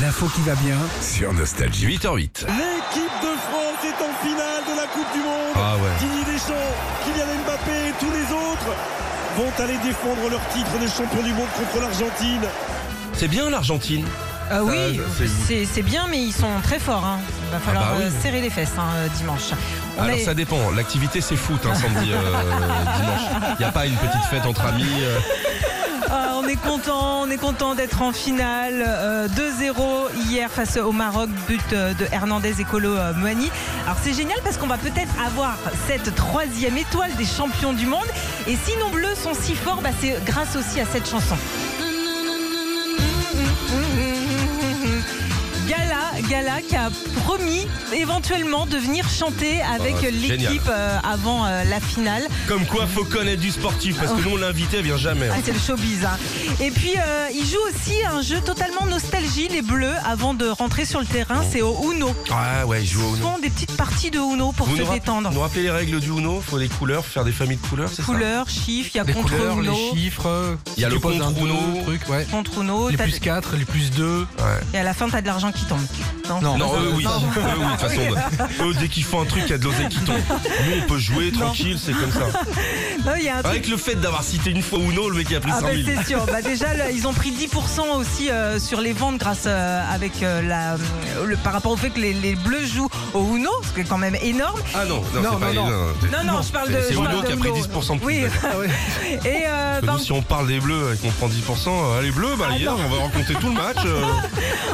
L'info qui va bien. Sur Nostalgie 8h08. L'équipe de France est en finale de la Coupe du Monde. Ah ouais. Didier Deschamps, Kylian Mbappé et tous les autres vont aller défendre leur titre de champion du monde contre l'Argentine. C'est bien l'Argentine. Ah oui, Ah, c'est- c'est- c'est bien, mais ils sont très forts. hein. Il va falloir bah oui. euh, serrer les fesses hein, euh, dimanche. On Alors est- ça dépend. L'activité c'est foot hein, samedi, euh, dimanche. Il n'y a pas une petite fête entre amis. euh. Ah, on est content, on est content d'être en finale. Euh, 2-0 hier face au Maroc, but euh, de Hernandez et Colo euh, Muani. Alors c'est génial parce qu'on va peut-être avoir cette troisième étoile des champions du monde. Et si nos bleus sont si forts, bah, c'est grâce aussi à cette chanson. Gala, Gala qui a promis éventuellement de venir chanter avec Ah, c'est génial. l'équipe euh, avant euh, la finale. Comme quoi, faut connaître du sportif parce que nous on l'invité, elle vient jamais. Ah, c'est le showbiz. hein. Et puis, euh, ils jouent aussi un jeu totalement nostalgie, les Bleus, avant de rentrer sur le terrain. C'est au Uno. Ah ouais, il joue au Ils Uno. font des petites parties de Uno pour Vous se nous, rapp- détendre. nous rappelez les règles du Uno Faut des couleurs, faut faire des familles de couleurs, c'est ça Couleurs, chiffres, il y a Les contre couleurs, Uno. les chiffres. Il y a si le tu poses contre un deux, Uno. truc, ouais. Contre Uno. Les t'as- plus 4, les plus 2. Et à la fin, t'as de l'argent qui tombe. Non, Non, ça, eux oui. ça, Eux, oui, de toute façon, eux, dès qu'ils font un truc, il y a de l'oseille qui tombe. Nous on peut jouer tranquille, c'est comme ça. Non, il y a un truc. Avec le fait d'avoir cité une fois Uno, le mec il a pris Ah 100 ben 000. c'est sûr. Bah déjà là, ils ont pris 10% aussi euh, sur les ventes grâce euh, avec euh, la euh, le- par rapport au fait que les, les bleus jouent au Uno, ce qui est quand même énorme. Ah non, non, Non, c'est pas non, non. non. Non non, je parle de C'est je parle Uno de qui a pris 10% de plus. Oui. Et Parce euh, que par- nous, si on parle des bleus et qu'on prend 10%, euh, les bleus, bah, hier, on va rencontrer tout le match. euh.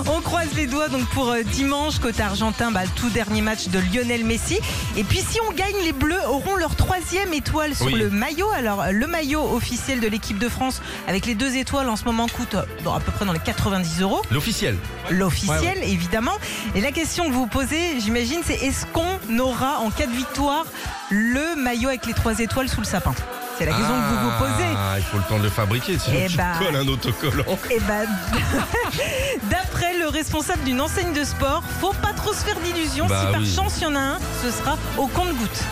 On croise les doigts donc pour euh, dimanche côté argentin, bah, le tout dernier match de Lionel Messi. Et puis si on gagne, les Bleus auront leur troisième étoile sur Oui. le maillot. Alors euh, le maillot officiel de l'équipe de France avec les deux étoiles en ce moment coûte euh, bon, à peu près dans les 90 euros. L'officiel. L'officiel évidemment. Et la question que vous posez, j'imagine, c'est est-ce qu'on aura en cas de victoire le maillot avec les trois étoiles sous le sapin C'est la question que vous vous posez. Ah, il faut le temps de le fabriquer, sinon Eh tu bah. colles un autocollant. Eh ben, d'après le responsable d'une enseigne de sport, faut pas trop se faire d'illusions. Bah si par oui. chance il y en a un, ce sera au compte-goutte.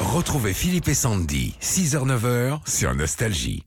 Retrouvez Philippe et Sandy, 6h-9h sur Nostalgie.